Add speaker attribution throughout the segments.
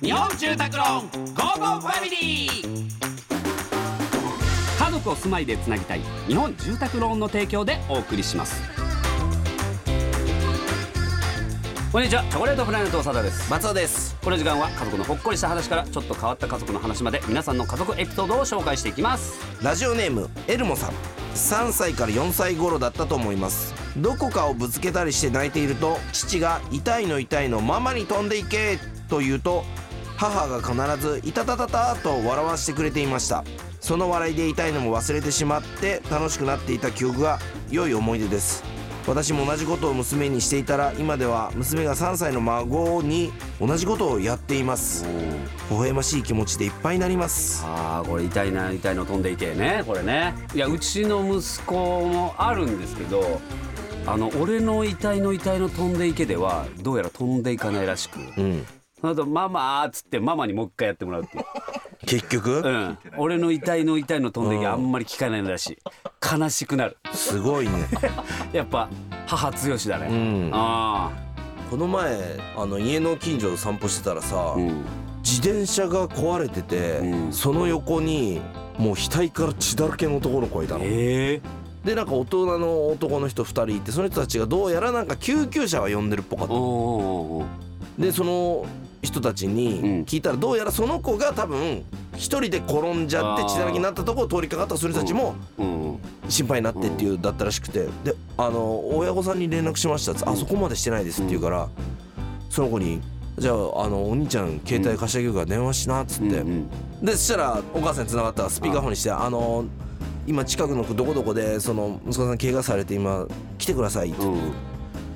Speaker 1: 日本住宅ローンゴーゴーファミリー家族を住まいでつなぎたい日本住宅ローンの提供でお送りしますこんにちはチョコレートプラネット長田です
Speaker 2: 松尾です
Speaker 1: この時間は家族のほっこりした話からちょっと変わった家族の話まで皆さんの家族エピソードを紹介していきます
Speaker 2: ラジオネームエルモさん3歳から4歳頃だったと思いますどこかをぶつけたりして泣いていると父が「痛いの痛いのママに飛んでいけ!」と言うと母が必ず「いたたたた」と笑わせてくれていましたその笑いで痛いのも忘れてしまって楽しくなっていた記憶が良い思い出です私も同じことを娘にしていたら今では娘が3歳の孫に同じことをやっています微笑ましい気持ちでいっぱいになります
Speaker 1: ああこれ痛いな痛いの飛んでいけねこれねいやうちの息子もあるんですけどあの俺の痛いの痛いの飛んでいけではどうやら飛んでいかないらしく
Speaker 2: うん
Speaker 1: その後ママ」っつってママにもう一回やってもらうっていう、
Speaker 2: 結局、
Speaker 1: うん、俺の痛いの痛いの飛んでいけあんまり聞かないらしい悲しくなる
Speaker 2: すごいね。
Speaker 1: やっぱ母強しだね、
Speaker 2: ん
Speaker 1: あ
Speaker 2: この前あの家の近所を散歩してたらさ、
Speaker 1: あうん
Speaker 2: 自転車が壊れてて、
Speaker 1: うん
Speaker 2: その横にもう額から血だらけの男の子がいたの。
Speaker 1: ええ
Speaker 2: でなんか大人の男の人2人いてその人たちがどうやらなんか救急車は呼んでるっぽかっ
Speaker 1: お
Speaker 2: た。
Speaker 1: おーおーおー
Speaker 2: でその人たち
Speaker 1: うん
Speaker 2: に聞いたらどうやらその子が多分一人で転んじゃって
Speaker 1: あー
Speaker 2: 血だらけになったとこを通りかかったその人たちも
Speaker 1: うんうん
Speaker 2: 心配になってっていうだったらしくてであの親御さんに連絡しましたっつってあそこまでしてないですって言うからその子に「じゃああのお兄ちゃん携帯貸してあげるから電話しな」っつっ
Speaker 1: うん
Speaker 2: てでそしたらお母さんに繋がったらスピーカーフォンにして「あの今近くのどこどこでその息子さん怪我されて今来てください」って
Speaker 1: うん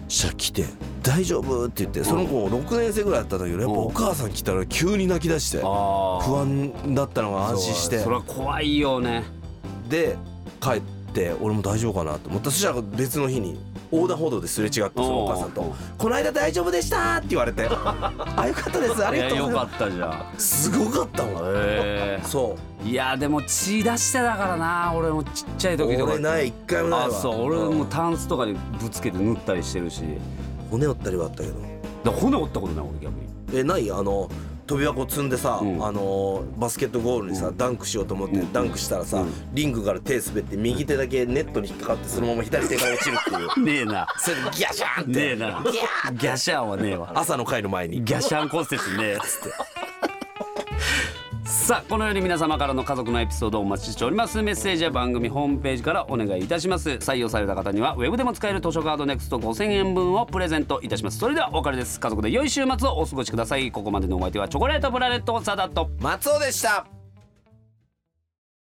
Speaker 2: したら来て「大丈夫?」って言ってその子6年生ぐらいだったんだけどやっぱお母さん来たら急に泣き出して
Speaker 1: ああ
Speaker 2: 不安だったのが安心して
Speaker 1: そりゃ怖いよね
Speaker 2: で帰って俺も大丈夫かなと思ったそしたら別の日に横断歩道ですれ違ってそのお母さん
Speaker 1: お
Speaker 2: と
Speaker 1: う
Speaker 2: 「この間大丈夫でした!」って言わ れて「あよかったですあ
Speaker 1: い
Speaker 2: り
Speaker 1: や
Speaker 2: がとう
Speaker 1: よか
Speaker 2: ございま
Speaker 1: ったじゃん
Speaker 2: す」すごかったもん
Speaker 1: へ
Speaker 2: そう
Speaker 1: えいやでも血出してだからな俺もちっちゃい時とか
Speaker 2: 俺ない一回もないわ
Speaker 1: あそう俺もタンスとかにぶつけて縫ったりしてるし
Speaker 2: 骨折ったりはあったけど
Speaker 1: だから骨折ったことない俺逆に
Speaker 2: えないあの飛び箱積んでさ、
Speaker 1: うん
Speaker 2: あのバスケットゴールにさ、ダンクしようと思ってダンクしたらさ、
Speaker 1: うん
Speaker 2: リングから手滑って右手だけネットに引っかかってそのまま左手から落ちるっていう
Speaker 1: ねえな
Speaker 2: それでギャシャンって
Speaker 1: ねえなギャシャンはねえわ
Speaker 2: 朝の会の前に
Speaker 1: ギャシャン骨折ねえっつってさあこのように皆様からの家族のエピソードをお待ちしておりますメッセージは番組ホームページからお願いいたします採用された方にはウェブでも使える図書カードネクスト5000円分をプレゼントいたしますそれではお別れです家族で良い週末をお過ごしくださいここまでのお相手はチョコレートプラネットサダット
Speaker 2: 松尾でした